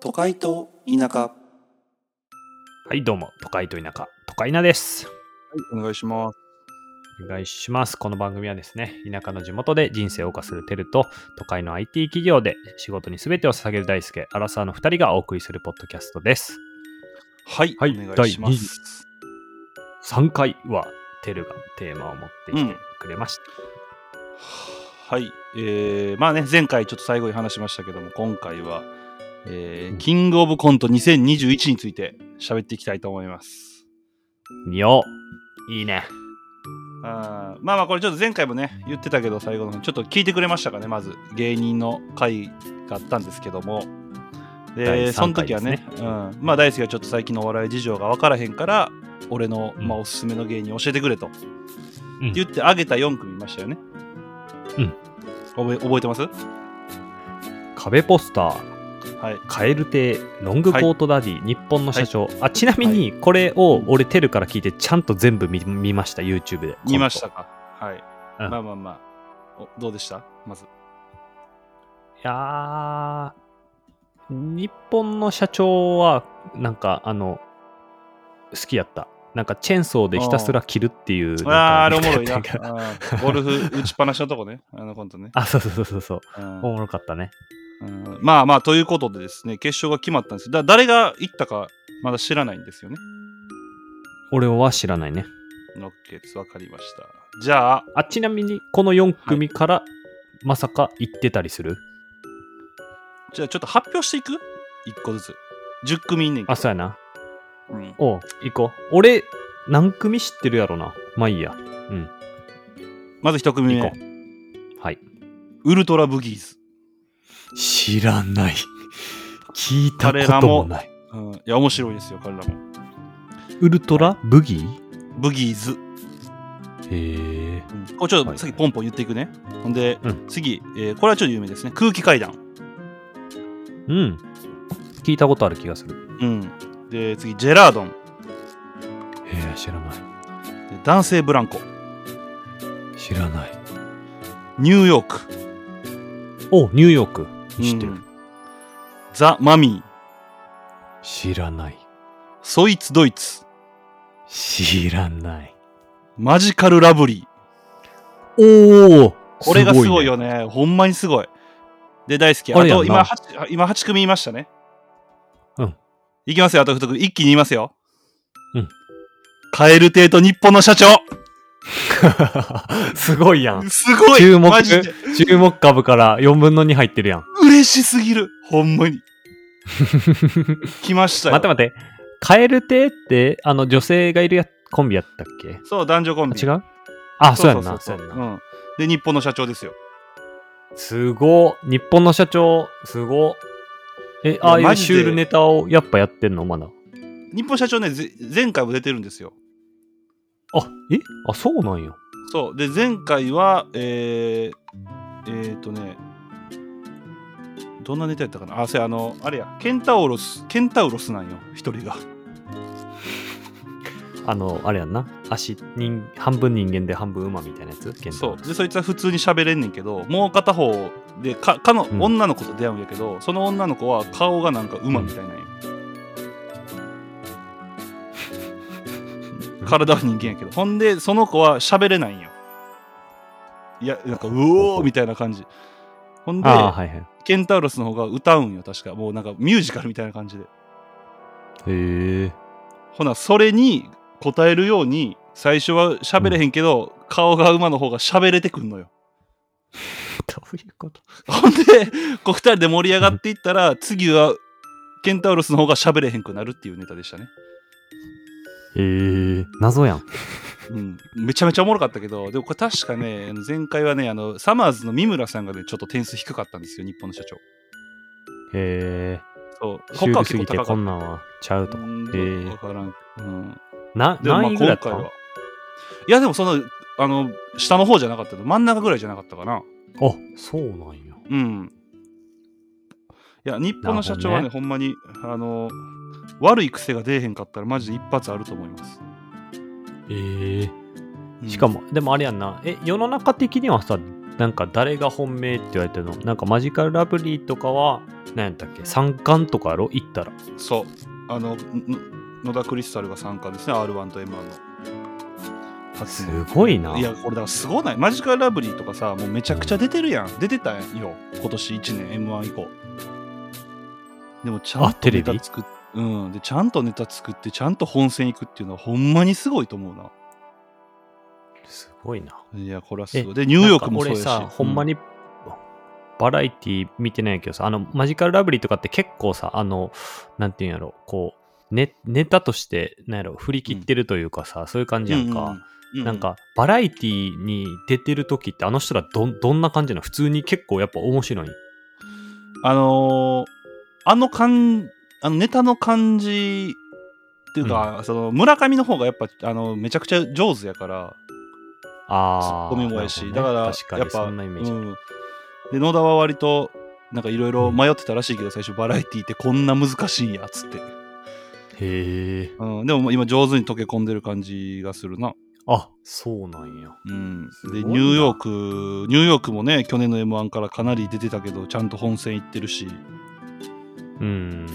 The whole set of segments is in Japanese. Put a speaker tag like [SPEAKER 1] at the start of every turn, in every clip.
[SPEAKER 1] 都会と田舎
[SPEAKER 2] はい、どうも、都会と田舎、都会なです。
[SPEAKER 3] はい、お願いします。
[SPEAKER 2] お願いします。この番組はですね、田舎の地元で人生を謳歌するテルと、都会の IT 企業で仕事に全てを捧げる大輔、アラサーの2人がお送りするポッドキャストです。
[SPEAKER 3] はい、
[SPEAKER 2] はい
[SPEAKER 3] お願いします。
[SPEAKER 2] 3回は、テルがテーマを持ってきてくれました。
[SPEAKER 3] はい、えー、まあね、前回ちょっと最後に話しましたけども、今回は、え
[SPEAKER 2] うん
[SPEAKER 3] ー、キングオブコント2021について喋っていきたいと思います。
[SPEAKER 2] よいいね。
[SPEAKER 3] あーまあまあ、これちょっと前回もね、言ってたけど、最後の方にちょっと聞いてくれましたかね、まず、芸人の会があったんですけども、
[SPEAKER 2] 第
[SPEAKER 3] で、
[SPEAKER 2] 三
[SPEAKER 3] その時はね、
[SPEAKER 2] 回で
[SPEAKER 3] う
[SPEAKER 2] すね
[SPEAKER 3] ん、まあ、大輔がちょっと最近のお笑い事情が分からへんから、俺の、
[SPEAKER 2] うん
[SPEAKER 3] まあ、おすすめの芸人教えてくれと、
[SPEAKER 2] うん
[SPEAKER 3] 言ってあげた4組いましたよね。
[SPEAKER 2] うん
[SPEAKER 3] 覚え覚えてます
[SPEAKER 2] 壁ポスター、
[SPEAKER 3] はい。
[SPEAKER 2] カエル亭、ロングコートダディ、日本の社長。あ、ちなみに、これを俺、テルから聞いて、ちゃんと全部見見ました、YouTube で。
[SPEAKER 3] 見ましたか。はい。
[SPEAKER 2] うん
[SPEAKER 3] まあまあまあ。おどうでしたまず。
[SPEAKER 2] いやー、日本の社長は、なんか、あの、好きやった。なんか、チェーンソーでひたすら切るっていう。なん
[SPEAKER 3] あ
[SPEAKER 2] か
[SPEAKER 3] あ、あれおもろいな。
[SPEAKER 2] やつやったから
[SPEAKER 3] うんゴルフ打ちっぱなしのとこね。あのコントね。
[SPEAKER 2] あ、そうそうそうそう。
[SPEAKER 3] うん
[SPEAKER 2] おもろかったね。
[SPEAKER 3] うんまあまあ、ということでですね、決勝が決まったんです。だ誰が行ったか、まだ知らないんですよね。
[SPEAKER 2] 俺は知らないね。
[SPEAKER 3] オッケーです。わかりました。じゃあ、
[SPEAKER 2] あ、ちなみに、この4組から、まさか行ってたりする
[SPEAKER 3] じゃあちょっと発表していく ?1 個ずつ。10組いんねんけ
[SPEAKER 2] あ、
[SPEAKER 3] ど。
[SPEAKER 2] そうやな。
[SPEAKER 3] うん
[SPEAKER 2] おう、行こう。俺、何組知ってるやろな。まあいいや。うん。
[SPEAKER 3] まず1組
[SPEAKER 2] 行
[SPEAKER 3] 目
[SPEAKER 2] こ。う。はい。
[SPEAKER 3] ウルトラブギーズ。
[SPEAKER 2] 知らない。聞い
[SPEAKER 3] た
[SPEAKER 2] た
[SPEAKER 3] こ
[SPEAKER 2] こと
[SPEAKER 3] とも
[SPEAKER 2] もない。
[SPEAKER 3] うん、いや、面白いですよ、彼らも。
[SPEAKER 2] ウルトラブギー
[SPEAKER 3] ブギーズ。
[SPEAKER 2] へえ。
[SPEAKER 3] うんこれちょっ
[SPEAKER 2] は
[SPEAKER 3] と
[SPEAKER 2] い
[SPEAKER 3] 次ポンポン言っていくね。ほんで、
[SPEAKER 2] うん
[SPEAKER 3] 次、えーこれはちょっと有名ですね。空気階段。
[SPEAKER 2] うん。聞いたことある気がする。
[SPEAKER 3] うん。で、次、ジェラードン。
[SPEAKER 2] へえ、知らない。
[SPEAKER 3] で男性ブランコ。
[SPEAKER 2] 知らない。
[SPEAKER 3] ニューヨーク。
[SPEAKER 2] お、ニューヨーク。知ってる。
[SPEAKER 3] うんザ・マミー。
[SPEAKER 2] 知らない。
[SPEAKER 3] ソイツ・ドイツ。
[SPEAKER 2] 知らない。
[SPEAKER 3] マジカル・ラブリー。
[SPEAKER 2] おお
[SPEAKER 3] これがすごいよね。ほんまにすごい。で、大好き。あ
[SPEAKER 2] あれやん
[SPEAKER 3] と、
[SPEAKER 2] な
[SPEAKER 3] 今8、今八組いましたね。
[SPEAKER 2] うん。
[SPEAKER 3] いきますよ、あと2組。一気に言いますよ。
[SPEAKER 2] うん。
[SPEAKER 3] カエル亭と日本の社長。
[SPEAKER 2] すごいやん。
[SPEAKER 3] すごい
[SPEAKER 2] 注目
[SPEAKER 3] マジで
[SPEAKER 2] 注目株から4分の2入ってるやん。
[SPEAKER 3] 嬉しすぎる。ほんま に。来ましたよ。
[SPEAKER 2] 待って待って。カエル亭って、あの、女性がいるやコンビやったっけ
[SPEAKER 3] そう、男女コンビ。
[SPEAKER 2] あ違うあ、そうやん
[SPEAKER 3] そ
[SPEAKER 2] な。そうう
[SPEAKER 3] そうん
[SPEAKER 2] や
[SPEAKER 3] そう
[SPEAKER 2] な。
[SPEAKER 3] うん。で、日本の社長ですよ。
[SPEAKER 2] すごっ日本の社長、すごっえ、ああい
[SPEAKER 3] マ
[SPEAKER 2] う
[SPEAKER 3] ジ
[SPEAKER 2] シ
[SPEAKER 3] で
[SPEAKER 2] ュールネタをやっぱやってんのまだ。
[SPEAKER 3] 日本社長ね、ぜ前回も出てるんですよ。
[SPEAKER 2] あ、えあ、そうなんや。
[SPEAKER 3] そう。で、前回は、えー、えー、とね、どんなネタやったかなあ、それあの、あれや、ケンタウロス、ケンタウロスなんよ、一人が。
[SPEAKER 2] あの、あれやんな。足、人、半分人間で半分馬みたいなやつケンタ
[SPEAKER 3] そう。で、そいつは普通に喋れんねんけど、もう片方で、か、かの、
[SPEAKER 2] うん
[SPEAKER 3] 女の子と出会うんやけど、その女の子は顔がなんか馬みたいな んよ。
[SPEAKER 2] うん
[SPEAKER 3] 体は人間やけど。ほんで、その子は喋れないんよ。いや、なんか、うおーみたいな感じ。ほんで、
[SPEAKER 2] ああ、はいはい。へ
[SPEAKER 3] ケンタウロスの方が歌うんよ、確か。もうなんかミュージカルみたいな感じで。
[SPEAKER 2] え。
[SPEAKER 3] ほな、それに答えるように、最初は喋れへんけど、顔が馬の方が喋れてくんのよ。
[SPEAKER 2] どういうこと
[SPEAKER 3] ほんで、こう二人で盛り上がっていったら、次はケンタウロスの方が喋れへんくなるっていうネタでしたね。
[SPEAKER 2] へえ。謎やん。
[SPEAKER 3] うん。めちゃめちゃおもろかったけど、でもこれ確かね、あの前回はね、あの、サマーズの三村さんがね、ちょっと点数低かったんですよ、日本の社長。
[SPEAKER 2] へえ。
[SPEAKER 3] そう。
[SPEAKER 2] シュー
[SPEAKER 3] 他は
[SPEAKER 2] ルす
[SPEAKER 3] 結
[SPEAKER 2] ぎ
[SPEAKER 3] 構
[SPEAKER 2] て
[SPEAKER 3] 高
[SPEAKER 2] こ
[SPEAKER 3] かっ
[SPEAKER 2] んなんはちゃう
[SPEAKER 3] た。
[SPEAKER 2] と。
[SPEAKER 3] うん
[SPEAKER 2] へえ
[SPEAKER 3] わからん。うん。
[SPEAKER 2] な、
[SPEAKER 3] でもまあ
[SPEAKER 2] 何位ぐら
[SPEAKER 3] 今
[SPEAKER 2] いやった
[SPEAKER 3] 回
[SPEAKER 2] ん
[SPEAKER 3] はいやでもそのあの下の方じゃなかったの真ん中ぐらいじゃなかったかな
[SPEAKER 2] あ、そうなんや。
[SPEAKER 3] うんいや日本の社長はね
[SPEAKER 2] な
[SPEAKER 3] ほんまにあの悪い癖が出えへんかったらマジで一発あると思います、
[SPEAKER 2] へえ。
[SPEAKER 3] うん
[SPEAKER 2] しかも、でもあれやんな。え、世の中的にはさ、なんか誰が本命って言われてるのなんかマジカルラブリーとかは、何やったっけ三冠とかやろ行ったら
[SPEAKER 3] そうあのん野田クリスタルが参加ですね R1 と M1 の初
[SPEAKER 2] す
[SPEAKER 3] の
[SPEAKER 2] ごいない
[SPEAKER 3] やこれだからすごないマジカルラブリーとかさもうめちゃくちゃ出てるやん出てたんよ今年1年 M1 以降でもちゃん
[SPEAKER 2] あ
[SPEAKER 3] と
[SPEAKER 2] テ
[SPEAKER 3] ネ
[SPEAKER 2] レビ
[SPEAKER 3] タ作っうんでちゃんとネタ作ってちゃんと本戦行くっていうのはほんまにすごいと思うな
[SPEAKER 2] すごいない
[SPEAKER 3] やこれはすごいでニューヨークもそうやし
[SPEAKER 2] なんか俺さ、ほんま
[SPEAKER 3] に
[SPEAKER 2] にバラエティ見てないけどさあのマジカルラブリーとかって結構さあのなんていうんやろこうネネタとしてなんやろ振り切ってるというかさ、そういう感じやんか、なんかバラエティに出てる時ってあの人らどんどんな感じなの普通に結構やっぱ面白い
[SPEAKER 3] あのーあの感あのネタの感じっていうか、その村上の方がやっぱあのめちゃくちゃ上手やからツ
[SPEAKER 2] あ
[SPEAKER 3] ッ
[SPEAKER 2] ー
[SPEAKER 3] コミもやし、
[SPEAKER 2] な
[SPEAKER 3] だ
[SPEAKER 2] る
[SPEAKER 3] か
[SPEAKER 2] ほどね
[SPEAKER 3] ら
[SPEAKER 2] 確か
[SPEAKER 3] やっ
[SPEAKER 2] に
[SPEAKER 3] ぱ
[SPEAKER 2] そんなイメージ、
[SPEAKER 3] うんで野田は割となんかいろいろ迷ってたらしいけど、最初バラエティってこんな難しいんやっつって、
[SPEAKER 2] へえ
[SPEAKER 3] うん、でももう今上手に溶け込んでる感じがするな、
[SPEAKER 2] あそうなんや
[SPEAKER 3] うん、
[SPEAKER 2] ご
[SPEAKER 3] で
[SPEAKER 2] いな
[SPEAKER 3] ニューヨークニューヨークもね去年の m 1からかなり出てたけどちゃんと本戦行ってるし
[SPEAKER 2] うん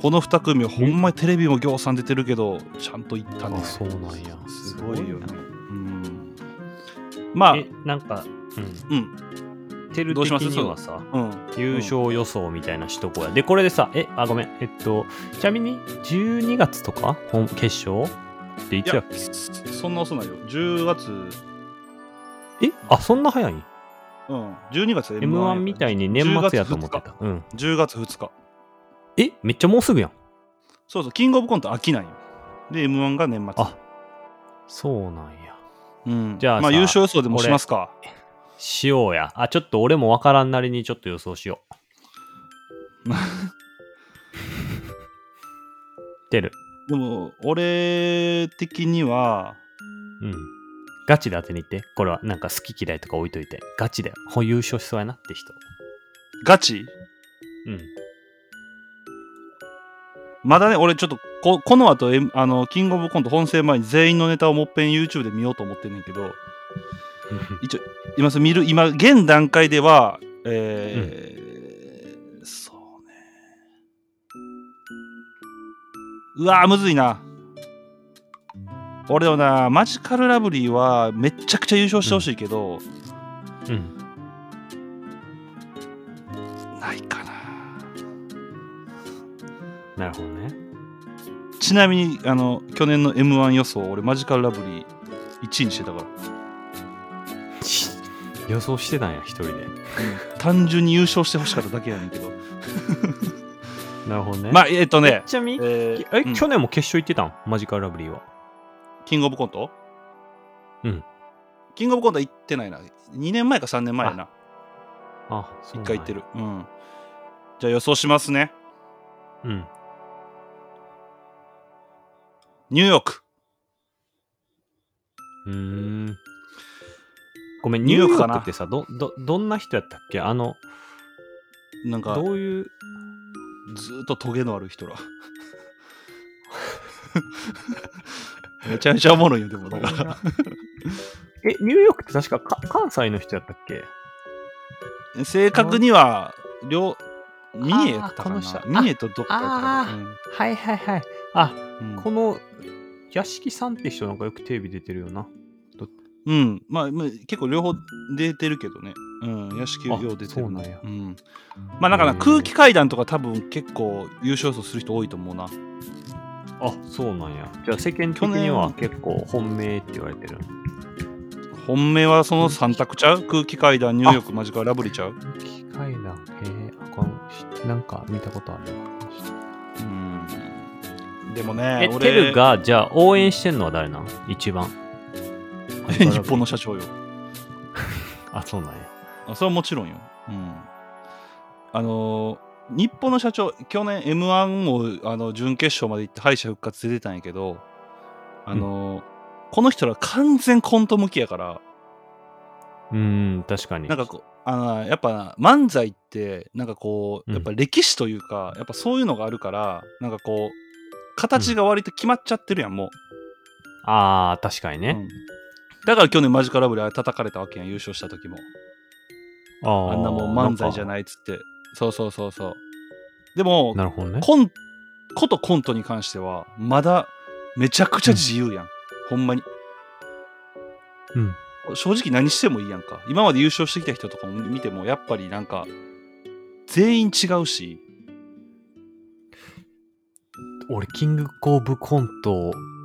[SPEAKER 3] この2組はほんまにテレビもぎょうさん出てるけどちゃんと行ったね
[SPEAKER 2] あそうなんや
[SPEAKER 3] すごいよね
[SPEAKER 2] す
[SPEAKER 3] うんまあ
[SPEAKER 2] えなんかう
[SPEAKER 3] う
[SPEAKER 2] ん
[SPEAKER 3] ん
[SPEAKER 2] テル
[SPEAKER 3] どう
[SPEAKER 2] 的
[SPEAKER 3] します
[SPEAKER 2] にはさ
[SPEAKER 3] うん
[SPEAKER 2] 優勝予想みたいなしとこや。で、これでさ、え、あ、ごめん。えっと、ちなみに、12月とか本決勝ってい
[SPEAKER 3] い
[SPEAKER 2] つや
[SPEAKER 3] やそんな遅ないよ10月
[SPEAKER 2] え、あ、そんな早い
[SPEAKER 3] うん12月 M1,
[SPEAKER 2] ?M1 みたいに年末やと思ってた。うん。
[SPEAKER 3] 10月2日
[SPEAKER 2] え、めっちゃもうすぐやん。
[SPEAKER 3] そうそうキングオブコント飽きないよで M1 が年末
[SPEAKER 2] あそうなんや。
[SPEAKER 3] うん
[SPEAKER 2] じゃあさ
[SPEAKER 3] まあ優勝予想でも
[SPEAKER 2] 俺
[SPEAKER 3] しますか
[SPEAKER 2] しようや。あ、ちょっと俺もわからんなりにちょっと予想しよ う。出る。
[SPEAKER 3] でも俺的には
[SPEAKER 2] うん。ガチで当てに行って。これはなんか好き嫌いとか置いといて。ガチで。ほ優勝しそうやなって人。
[SPEAKER 3] ガチ
[SPEAKER 2] うん。
[SPEAKER 3] まだね俺ちょっとここの後、M、あのキングオブコント本戦前に全員のネタをもっぺん YouTube で見ようと思ってんねんけど今それ見る今現段階ではえーそうねうわーむずいな俺でもなマジカルラブリーはめっちゃくちゃ優勝してほしいけど、
[SPEAKER 2] うん。
[SPEAKER 3] ないかな
[SPEAKER 2] なるほどね。
[SPEAKER 3] ちなみにあの去年の m 1予想俺マジカルラブリー1位にしてたから
[SPEAKER 2] 予想してたんや、一人で。
[SPEAKER 3] 単純に優勝してほしかっただけやねんけど
[SPEAKER 2] なるほどね。
[SPEAKER 3] まあえっとね
[SPEAKER 2] ちなみに、
[SPEAKER 3] え
[SPEAKER 2] え、
[SPEAKER 3] ーうん
[SPEAKER 2] 去年も決勝行ってたんマジカルラブリーは。
[SPEAKER 3] キングオブコント
[SPEAKER 2] うん。
[SPEAKER 3] キングオブコントは行ってないな。2年前か3年前やな。
[SPEAKER 2] あ、
[SPEAKER 3] 1回行って
[SPEAKER 2] る。
[SPEAKER 3] る。うん。じゃあ予想しますね。
[SPEAKER 2] うん。
[SPEAKER 3] ニューヨーク。
[SPEAKER 2] うーん。ごめん、
[SPEAKER 3] ニ
[SPEAKER 2] ニ
[SPEAKER 3] ューヨ
[SPEAKER 2] ューヨ
[SPEAKER 3] ーク
[SPEAKER 2] ー
[SPEAKER 3] か
[SPEAKER 2] ク
[SPEAKER 3] な
[SPEAKER 2] ってさ、ど、ど、どんな人やったっけあの、
[SPEAKER 3] なんか、
[SPEAKER 2] どういう、
[SPEAKER 3] ずーっとトゲのある人ら。 めちゃめちゃおもろいよ、でも。だから
[SPEAKER 2] え、ニューヨークって確かか関西の人やったっけ
[SPEAKER 3] 正確には、両、三重やったか
[SPEAKER 2] あーこ
[SPEAKER 3] な
[SPEAKER 2] の人。
[SPEAKER 3] 三重とどっかやったか
[SPEAKER 2] あ
[SPEAKER 3] な
[SPEAKER 2] ーはいはいはい。あ、
[SPEAKER 3] うん。
[SPEAKER 2] この、屋敷さんって人なんかよくテレビ出てるよな。
[SPEAKER 3] うんうん。まあ、まあ結構両方出てるけどね。うん。屋敷よ
[SPEAKER 2] あ
[SPEAKER 3] う出てる
[SPEAKER 2] そうなんや
[SPEAKER 3] うん。まあ、なんかな
[SPEAKER 2] へー
[SPEAKER 3] 空気階段とか多分結構優勝予想する人多いと思うな。
[SPEAKER 2] あ、そうなんや。じゃあ世間的
[SPEAKER 3] 去年
[SPEAKER 2] には結構本命って言われてる。
[SPEAKER 3] 本命はその3択ちゃう空気階段ニューヨークマジカルラブリーちゃう
[SPEAKER 2] 機械だ。へえ、あこの人なんか見たことあるなこの人
[SPEAKER 3] うんでもね
[SPEAKER 2] え、
[SPEAKER 3] 俺
[SPEAKER 2] テルが、じゃあ応援してんのは誰なん一番。
[SPEAKER 3] え 日本の社長よ
[SPEAKER 2] あ、そうなんや。
[SPEAKER 3] あそれはもちろんよ、うん、あのー日本の社長去年 m 1をあの準決勝まで行って敗者復活で出たんやけどあのーこの人ら完全コント向きやから
[SPEAKER 2] うーん、確かに。
[SPEAKER 3] なんかこうあのやっぱ漫才ってなんかこう
[SPEAKER 2] うん
[SPEAKER 3] やっぱ歴史というか、やっぱそういうのがあるからなんかこう形が割と決まっちゃってるやん、もう
[SPEAKER 2] ああ、確かに
[SPEAKER 3] う
[SPEAKER 2] ね。
[SPEAKER 3] んだから去年マジカラブリー叩かれたわけやん優勝した時も
[SPEAKER 2] あー
[SPEAKER 3] あんなもん漫才じゃ
[SPEAKER 2] な
[SPEAKER 3] ないっつってそうそうそうそうでも
[SPEAKER 2] なるほどね。
[SPEAKER 3] コンことコントに関してはまだめちゃくちゃ自由やん、ほんまに
[SPEAKER 2] うん。
[SPEAKER 3] 正直何してもいいやんか今まで優勝してきた人とかも見てもやっぱりなんか全員違うし
[SPEAKER 2] 俺、キングオブコント、
[SPEAKER 3] うん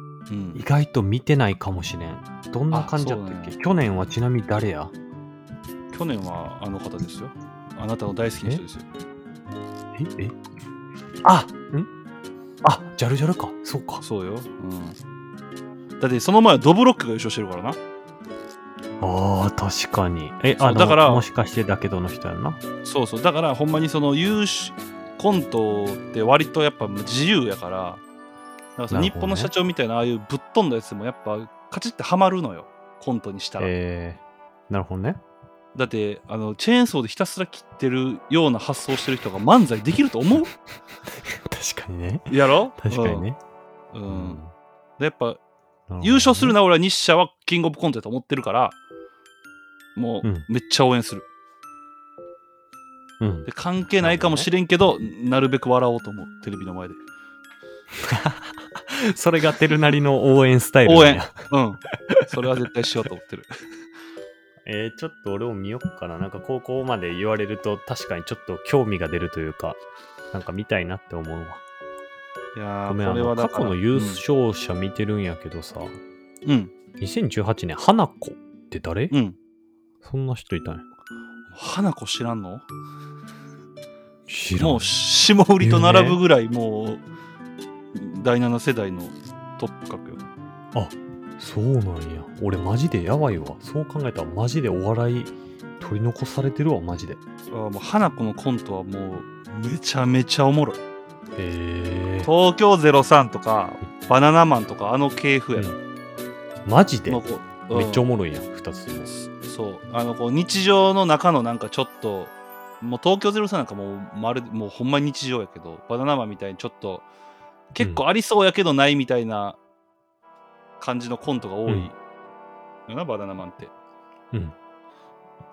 [SPEAKER 2] 意外と見てないかもしれん。どんな感じだったっ
[SPEAKER 3] あそうなん
[SPEAKER 2] け
[SPEAKER 3] や
[SPEAKER 2] 去年はちなみに誰や
[SPEAKER 3] 去年はあの方ですよあなたの大好きな人ですよ
[SPEAKER 2] ええあんあ、ジャルジャルか。そうか。
[SPEAKER 3] そうよ、うん、だってその前はドブロックが優勝してるからな
[SPEAKER 2] ああ、確かに。え、
[SPEAKER 3] そう
[SPEAKER 2] あの、
[SPEAKER 3] だから
[SPEAKER 2] もしかしてだけどの人やんな。
[SPEAKER 3] そうそうだからほんまにその優秀コントって割とやっぱ自由やからなんかその
[SPEAKER 2] な
[SPEAKER 3] 日
[SPEAKER 2] るほど
[SPEAKER 3] 本の
[SPEAKER 2] ね
[SPEAKER 3] 社長みたいなああいうぶっ飛んだやつもやっぱカチッてハマるのよコントにしたら、
[SPEAKER 2] えー、なるほどね。
[SPEAKER 3] だってあのチェーンソーでひたすら切ってるような発想してる人が漫才できると 思う
[SPEAKER 2] 確かにね。
[SPEAKER 3] やろ
[SPEAKER 2] 確かにね。
[SPEAKER 3] うん、
[SPEAKER 2] う
[SPEAKER 3] うんでやっぱ
[SPEAKER 2] なるほどね
[SPEAKER 3] 優勝するな俺は日社はキングオブコントやと思ってるからもう
[SPEAKER 2] うん
[SPEAKER 3] めっちゃ応援する、
[SPEAKER 2] うん。
[SPEAKER 3] で関係ないかもしれんけどなるべく笑おうと思うテレビの前で
[SPEAKER 2] それがテルなりの応援 スタイル
[SPEAKER 3] 応
[SPEAKER 2] なん
[SPEAKER 3] 援
[SPEAKER 2] や。
[SPEAKER 3] うんそれは絶対しようと思ってる
[SPEAKER 2] えー、ちょっと俺も見よっかな。なんか高校まで言われると確かにちょっと興味が出るというか、なんか見たいなって思うわ。
[SPEAKER 3] いや
[SPEAKER 2] ごめ
[SPEAKER 3] ー
[SPEAKER 2] ん、あ
[SPEAKER 3] これ
[SPEAKER 2] の
[SPEAKER 3] はだ
[SPEAKER 2] 過
[SPEAKER 3] から
[SPEAKER 2] 去の優勝者見てるんやけどさ、
[SPEAKER 3] うん
[SPEAKER 2] 2018年、花子って誰、
[SPEAKER 3] うん、うん
[SPEAKER 2] そんな人いたんや。
[SPEAKER 3] 花子知らんの
[SPEAKER 2] 知
[SPEAKER 3] もう霜降りと並ぶぐらいもう第7世代のトップ格よ
[SPEAKER 2] そうなんや。俺マジでやばいわ。そう考えたらマジでお笑い取り残されてるわ、マジで。
[SPEAKER 3] あーもう花子のコントはもうめちゃめちゃおもろい
[SPEAKER 2] えー。
[SPEAKER 3] 東京03とかバナナマンとかあの系譜やな、
[SPEAKER 2] マジで
[SPEAKER 3] のこううん
[SPEAKER 2] めっちゃおもろいやん、二つとも。
[SPEAKER 3] そうあのこう日常の中のなんかちょっともう東京03なんかもうまるでもうほんまに日常やけどバナナマンみたいにちょっと結構ありそうやけどないみたいな感じのコントが多い
[SPEAKER 2] うん
[SPEAKER 3] よな、バナナマンって
[SPEAKER 2] うん。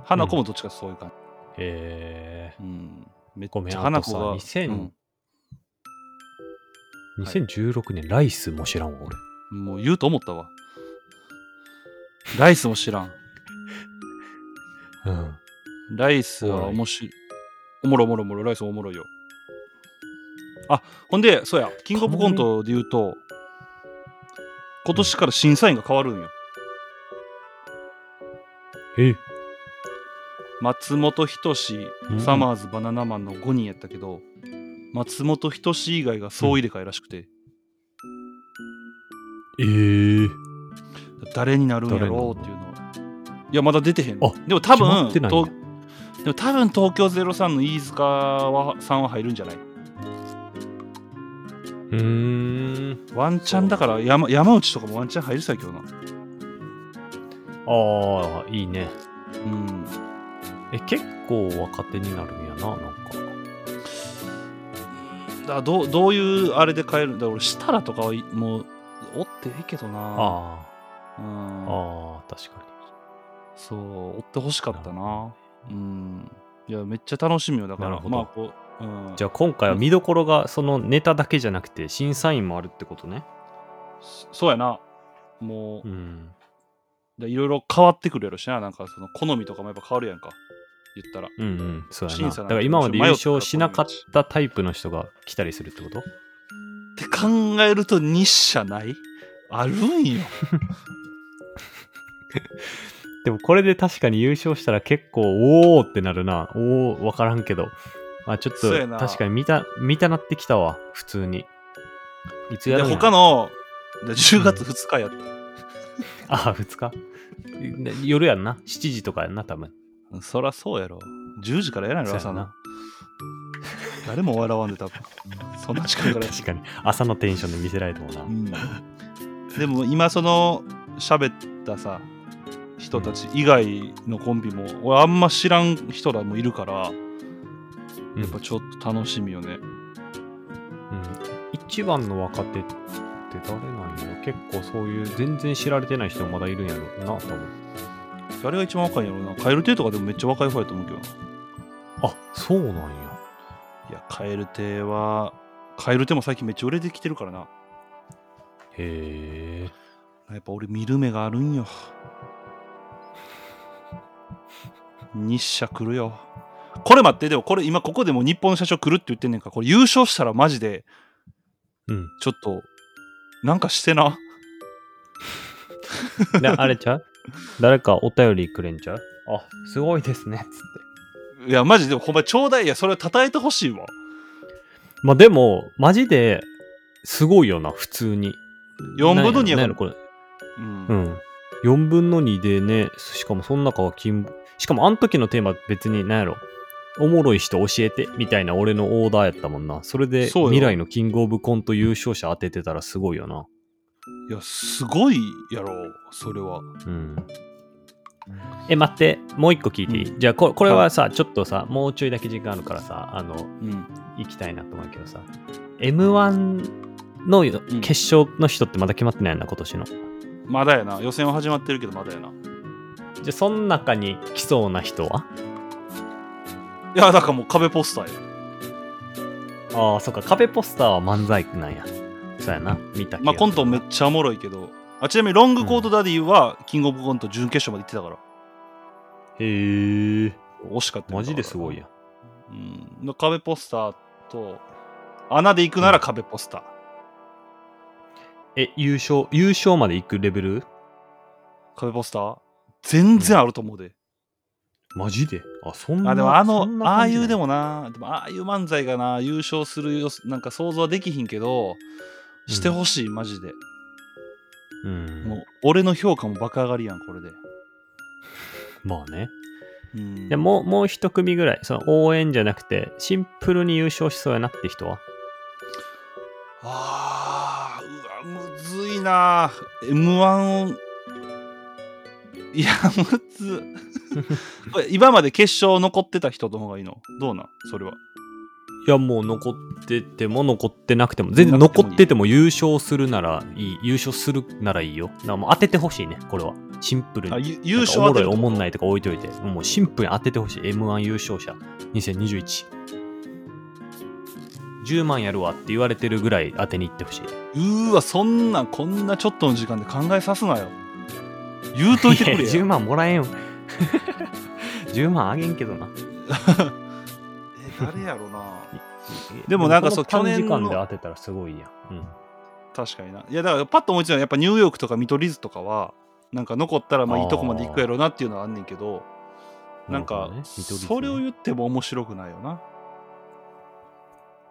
[SPEAKER 3] 花子もどっちかそういう感
[SPEAKER 2] え
[SPEAKER 3] じ、うん、めっ
[SPEAKER 2] ごめん
[SPEAKER 3] ちゃ
[SPEAKER 2] あと
[SPEAKER 3] 花子
[SPEAKER 2] さ
[SPEAKER 3] が
[SPEAKER 2] 2000
[SPEAKER 3] う
[SPEAKER 2] ー、2016年、ライスも知らんわ、俺。
[SPEAKER 3] んもう言うと思ったわライスも知らん
[SPEAKER 2] うん。
[SPEAKER 3] ライスは面白い。おもろおもろおもろ、ライスおもろいよ。あ、ほんで、そうや、キングオブコントで言うと、今年から審査員が変わるんよ。
[SPEAKER 2] え
[SPEAKER 3] 松本人志、
[SPEAKER 2] うん
[SPEAKER 3] サマーズ、バナナマンの5人やったけど、松本人志以外が総入れ替えらしくて、
[SPEAKER 2] えー。
[SPEAKER 3] 誰になるんやろうっていうのは。いや、まだ出てへんの。
[SPEAKER 2] あ
[SPEAKER 3] でも多
[SPEAKER 2] 決ま
[SPEAKER 3] 分、
[SPEAKER 2] ってないんだ
[SPEAKER 3] とでも多分東京03の飯塚はさんは入るんじゃないう
[SPEAKER 2] ーん。
[SPEAKER 3] ワンチャンだから山山内とかもワンチャン入るさけどな。
[SPEAKER 2] ああ、いいね。
[SPEAKER 3] うん。
[SPEAKER 2] え、結構若手になるんやな、なんか。
[SPEAKER 3] だどうどういうあれで変えるんだ俺設楽とかはいもうおっていいけどな
[SPEAKER 2] あ
[SPEAKER 3] う
[SPEAKER 2] あ、
[SPEAKER 3] ん
[SPEAKER 2] ああ、確か
[SPEAKER 3] そう追ってほしかったなうんいやめっちゃ楽しみよだか
[SPEAKER 2] な
[SPEAKER 3] ら
[SPEAKER 2] るほど
[SPEAKER 3] まあこう、うん
[SPEAKER 2] に。、じゃあ今回は見どころが、そのネタだけじゃなくて、審査員もあるってことね。
[SPEAKER 3] そそうやなも
[SPEAKER 2] うん。
[SPEAKER 3] うでいろいろ変わってくるやろしななんかその好みとかもやっぱ変わるやんか言ったら
[SPEAKER 2] うんうん、そうやな。
[SPEAKER 3] 審査
[SPEAKER 2] だ
[SPEAKER 3] なんて
[SPEAKER 2] から今まで優勝しなかったタイプの人が来たりするってこと
[SPEAKER 3] って考えると日社ないあるんよ
[SPEAKER 2] でもこれで確かに優勝したら結構、おーってなるな。おー、わからんけど。まあちょっと
[SPEAKER 3] そうやな、
[SPEAKER 2] 確かに見た、見たなってきたわ、普通に。いつや
[SPEAKER 3] で
[SPEAKER 2] るんや
[SPEAKER 3] 他ので10月2日やって、
[SPEAKER 2] あ、2日ね夜やんな。7時とかやんな、多分。
[SPEAKER 3] そらそうやろ10時からやらないろ
[SPEAKER 2] そ
[SPEAKER 3] 朝
[SPEAKER 2] うや
[SPEAKER 3] の
[SPEAKER 2] な
[SPEAKER 3] 誰も笑わんで多 分そんな時間から
[SPEAKER 2] 確かに。朝のテンションで見せられてもな。
[SPEAKER 3] でも今その喋ったさ人たち以外のコンビも俺あんま知らん人らもいるから
[SPEAKER 2] うん
[SPEAKER 3] やっぱちょっと楽しみよね、
[SPEAKER 2] うん、一番の若手って誰なんやろ結構そういう全然知られてない人もまだいるんやろな多分
[SPEAKER 3] 誰が一番若いんやろうなカエルテとかでもめっちゃ若い方やと思うけどな
[SPEAKER 2] あそうなんや
[SPEAKER 3] いや、蛙亭は、蛙亭も最近めっちゃ売れてきてるからな。
[SPEAKER 2] へえ。
[SPEAKER 3] やっぱ俺見る目があるんよ。日社来るよ。これ待って、でもこれ今ここでもう日本の社長来るって言ってんねんから、これ優勝したらマジで
[SPEAKER 2] うん。
[SPEAKER 3] ちょっと、なんかしてな。
[SPEAKER 2] で、あれちゃう誰かお便りくれんちゃうあ、すごいですね、つって。
[SPEAKER 3] いや、マジでほんまちょうだいや、それは称えてほしいわ。
[SPEAKER 2] まあでも、マジで、すごいよな、普通に。
[SPEAKER 3] 4分の2や
[SPEAKER 2] な
[SPEAKER 3] か
[SPEAKER 2] んやろなんやろ
[SPEAKER 3] ら。
[SPEAKER 2] これ。
[SPEAKER 3] うん
[SPEAKER 2] うん。4分の2でね、しかもその中は金、しかもあの時のテーマ別に何やろ、おもろい人教えてみたいな俺のオーダーやったもんな。それで
[SPEAKER 3] そうよ
[SPEAKER 2] 未来のキングオブコント優勝者当ててたらすごいよな。
[SPEAKER 3] いや、すごいやろ、それは。
[SPEAKER 2] うん。え、待って、もう一個聞いていい、じゃあこ、これはさ、ちょっとさ、もうちょいだけ時間あるからさ、あの、
[SPEAKER 3] うん。
[SPEAKER 2] 行きたいなと思うけどさ、M1 の決勝の人ってまだ決まってないよな、今年の。
[SPEAKER 3] まだやな。予選は始まってるけど、まだやな。い
[SPEAKER 2] じゃあ、その中に来そうな人は
[SPEAKER 3] や、だからもう壁ポスターや。
[SPEAKER 2] ああ、そっか、壁ポスターは漫才なんや。そうやな、見た気が
[SPEAKER 3] まあ、コントめっちゃおもろいけど。あちなみに、ロングコートダディは、キングオブコント準決勝まで行ってたから。
[SPEAKER 2] へえ、
[SPEAKER 3] 惜しかったよ
[SPEAKER 2] マジですごい。
[SPEAKER 3] だ
[SPEAKER 2] や。
[SPEAKER 3] からうん。の壁ポスターと、穴で行くなら壁ポスター。
[SPEAKER 2] え、優勝、優勝まで行くレベル
[SPEAKER 3] 壁ポスター全然あると思うで。
[SPEAKER 2] マジであ、そんな。
[SPEAKER 3] あ、でもあの
[SPEAKER 2] そん、な
[SPEAKER 3] ああ
[SPEAKER 2] 感
[SPEAKER 3] い
[SPEAKER 2] じなん
[SPEAKER 3] う
[SPEAKER 2] や
[SPEAKER 3] でもな、でもああいう漫才がな、優勝するよ、なんか想像はできひんけど、してほしい、マジで。
[SPEAKER 2] うん。
[SPEAKER 3] もう、俺の評価もバカ上がりやん、これで。
[SPEAKER 2] まあね。
[SPEAKER 3] うん
[SPEAKER 2] でもう、もう一組ぐらい、その応援じゃなくて、シンプルに優勝しそうやなって人は
[SPEAKER 3] ああ、うわ、むずいな。M1 を。いや、む ず。これ今まで決勝残ってた人の方がいいのどうなんそれは。
[SPEAKER 2] いや、もう残ってても残ってなくても、全然残ってても優勝するならいい、優勝するならいいよ。だからもう当ててほしいね、これは。シンプルに
[SPEAKER 3] あ。ゆ優
[SPEAKER 2] 優
[SPEAKER 3] 勝
[SPEAKER 2] 勝おも
[SPEAKER 3] 当て
[SPEAKER 2] ろい
[SPEAKER 3] る
[SPEAKER 2] おもんないとか置いといてもうシンプルに当ててほしい m 1優勝者202110万やるわって言われてるぐらい当てに行ってほしいう
[SPEAKER 3] ーわ、そんなん、こんなちょっとの時間で考えさすなよ。言うといてくれ
[SPEAKER 2] いや10
[SPEAKER 3] よ。
[SPEAKER 2] 万もらえんよ10万あげんけどな
[SPEAKER 3] え誰やろな。で
[SPEAKER 2] で
[SPEAKER 3] もなんかそう
[SPEAKER 2] この
[SPEAKER 3] 去
[SPEAKER 2] 短
[SPEAKER 3] 年の
[SPEAKER 2] 時間で当てたらすごいやん、うん、
[SPEAKER 3] 確かにな。いや、だからパッと思いついたのはやっぱニューヨークとか見取り図とかは、なんか残ったらまあ
[SPEAKER 2] あー
[SPEAKER 3] いいとこまで行くやろなっていうのはあんねんけど、なん
[SPEAKER 2] る
[SPEAKER 3] か
[SPEAKER 2] ほど、ね見取り図ね
[SPEAKER 3] それを言っても面白くないよな。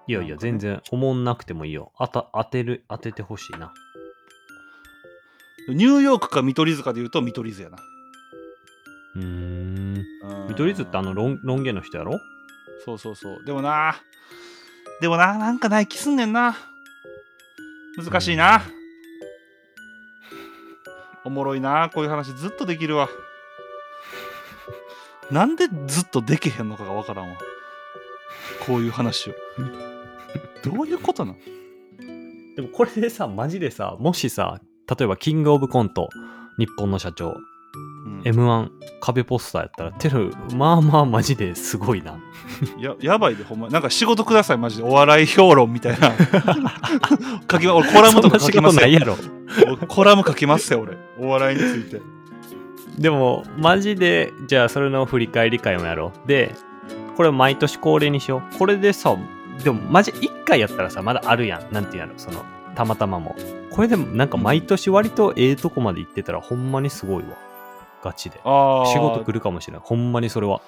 [SPEAKER 2] いやい
[SPEAKER 3] な
[SPEAKER 2] や
[SPEAKER 3] んかね
[SPEAKER 2] 全然おもんなくてもいいよあた当てる当ててほしいな
[SPEAKER 3] ニューヨークか見取り図かで言うと見取り図やな。
[SPEAKER 2] うーん
[SPEAKER 3] うん
[SPEAKER 2] 見取り図ってあのロンロン毛の人やろ
[SPEAKER 3] そうそうそう。でもな、でもな、なんかない気すんねんな。難しいな。おもろいな、こういう話ずっとできるわ。なんでずっとできへんのかがわからんわ。こういう話を。どういうことなの
[SPEAKER 2] でもこれでさマジでさもしさ例えばキングオブコント日本の社長
[SPEAKER 3] うん、
[SPEAKER 2] m 1壁ポスターやったらテルまあまあマジですごいな
[SPEAKER 3] ややばいでほんまなんか仕事くださいマジでお笑い評論みた いな書きま俺コラムとか書
[SPEAKER 2] そん
[SPEAKER 3] き
[SPEAKER 2] な
[SPEAKER 3] ま
[SPEAKER 2] 仕事
[SPEAKER 3] す
[SPEAKER 2] ない
[SPEAKER 3] よ
[SPEAKER 2] やろ
[SPEAKER 3] 俺 コラム書きますよ俺お笑いについて
[SPEAKER 2] でもマジでじゃあそれの振り返り会もやろうでこれ毎年恒例にしようこれでさでもマジ1回やったらさまだあるやんなんていうんやろそのたまたまもこれでもなんか毎年割とええとこまで行ってたらほんまにすごいわガチで
[SPEAKER 3] あー
[SPEAKER 2] 仕事来るかもしれないほんまにそれは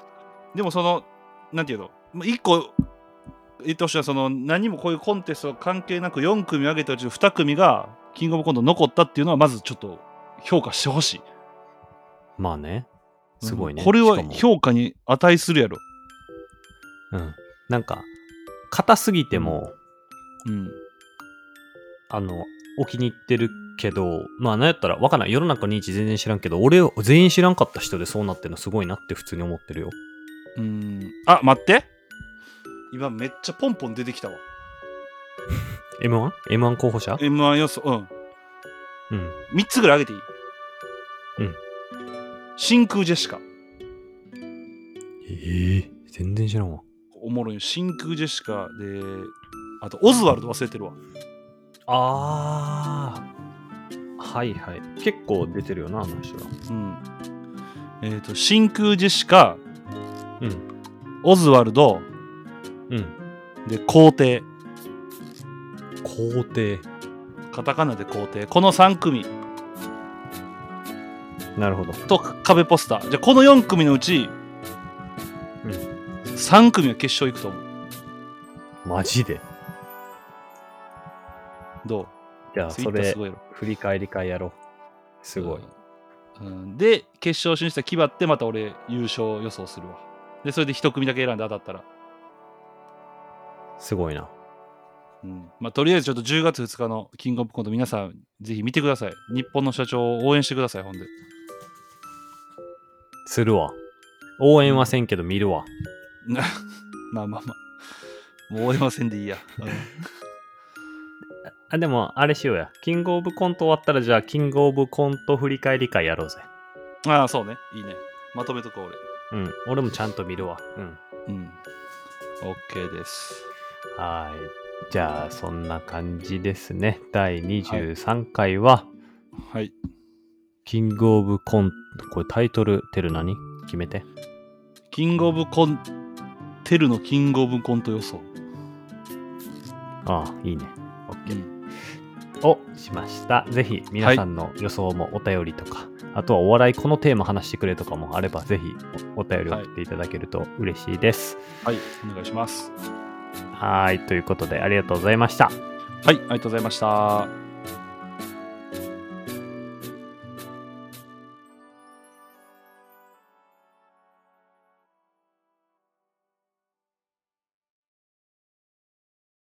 [SPEAKER 3] でもそのなんていうのまあ一個言ってほしいのはその何もこういうコンテスト関係なく4組上げたうちの2組がキングオブコント残ったっていうのはまずちょっと評価してほしい
[SPEAKER 2] まあねすごいね、
[SPEAKER 3] うんこれ
[SPEAKER 2] しか
[SPEAKER 3] は
[SPEAKER 2] も
[SPEAKER 3] 評価に値するやろ
[SPEAKER 2] うん。なんか、硬すぎても、
[SPEAKER 3] うん
[SPEAKER 2] あの、お気に入ってるけど、まあ、なんやったら、わかんない。世の中の認知全然知らんけど、俺を全員知らんかった人でそうなってるのすごいなって普通に思ってるよ。
[SPEAKER 3] うんあ待って今めっちゃポンポン出てきたわ
[SPEAKER 2] M1?M1 候補者
[SPEAKER 3] m 1予想うん
[SPEAKER 2] うん。
[SPEAKER 3] 3つぐらい上げていい
[SPEAKER 2] うん
[SPEAKER 3] 真空ジェシカ
[SPEAKER 2] ええ全然知らんわ。
[SPEAKER 3] おもろいよ真空ジェシカであとオズワルド忘れてるわ
[SPEAKER 2] ああはいはい結構出てるよなあの人は
[SPEAKER 3] うんえっ、と真空ジェシカ
[SPEAKER 2] うん
[SPEAKER 3] オズワルド
[SPEAKER 2] うん
[SPEAKER 3] で皇帝
[SPEAKER 2] 皇帝
[SPEAKER 3] カタカナで皇帝この3組
[SPEAKER 2] なるほど
[SPEAKER 3] と壁ポスターじゃあこの4組のうち、
[SPEAKER 2] うん
[SPEAKER 3] 3組は決勝行くと思う
[SPEAKER 2] マジで
[SPEAKER 3] ど
[SPEAKER 2] じゃ
[SPEAKER 3] う
[SPEAKER 2] あ
[SPEAKER 3] ツイッ
[SPEAKER 2] そ
[SPEAKER 3] ター
[SPEAKER 2] れ
[SPEAKER 3] すごいやろ
[SPEAKER 2] 振り返り会やろうすごい、
[SPEAKER 3] うん、うんで決勝進出は決まってまた俺優勝予想するわでそれで1組だけ選んで当たったら、
[SPEAKER 2] すごいな
[SPEAKER 3] うんまあ、とりあえずちょっと10月2日のキングオブコント皆さんぜひ見てください日本の社長を応援してください ほんです
[SPEAKER 2] るわ応援はせんけど見るわ
[SPEAKER 3] なまあまあまあもう応援はせんでいいや、うん
[SPEAKER 2] あでもあれしようやキングオブコント終わったらじゃあキングオブコント振り返り会やろうぜ
[SPEAKER 3] ああそうねいいねまとめとこう俺
[SPEAKER 2] うん俺もちゃんと見るわうん
[SPEAKER 3] うん。OK です。
[SPEAKER 2] はい。じゃあ、そんな感じですね。第23回は、
[SPEAKER 3] はい。
[SPEAKER 2] キングオブコント、これタイトル、てる何決めて。
[SPEAKER 3] キングオブコンテルのキングオブコント予想。
[SPEAKER 2] ああ、いいね。をしました。ぜひ、皆さんの予想もお便りとか、あとはお笑いこのテーマ話してくれとかもあれば、ぜひおお便りを送っていただけると嬉しいです。
[SPEAKER 3] はい。お願いします。
[SPEAKER 2] はい。ということで、ありがとうございました。
[SPEAKER 3] はい。ありがとうございました。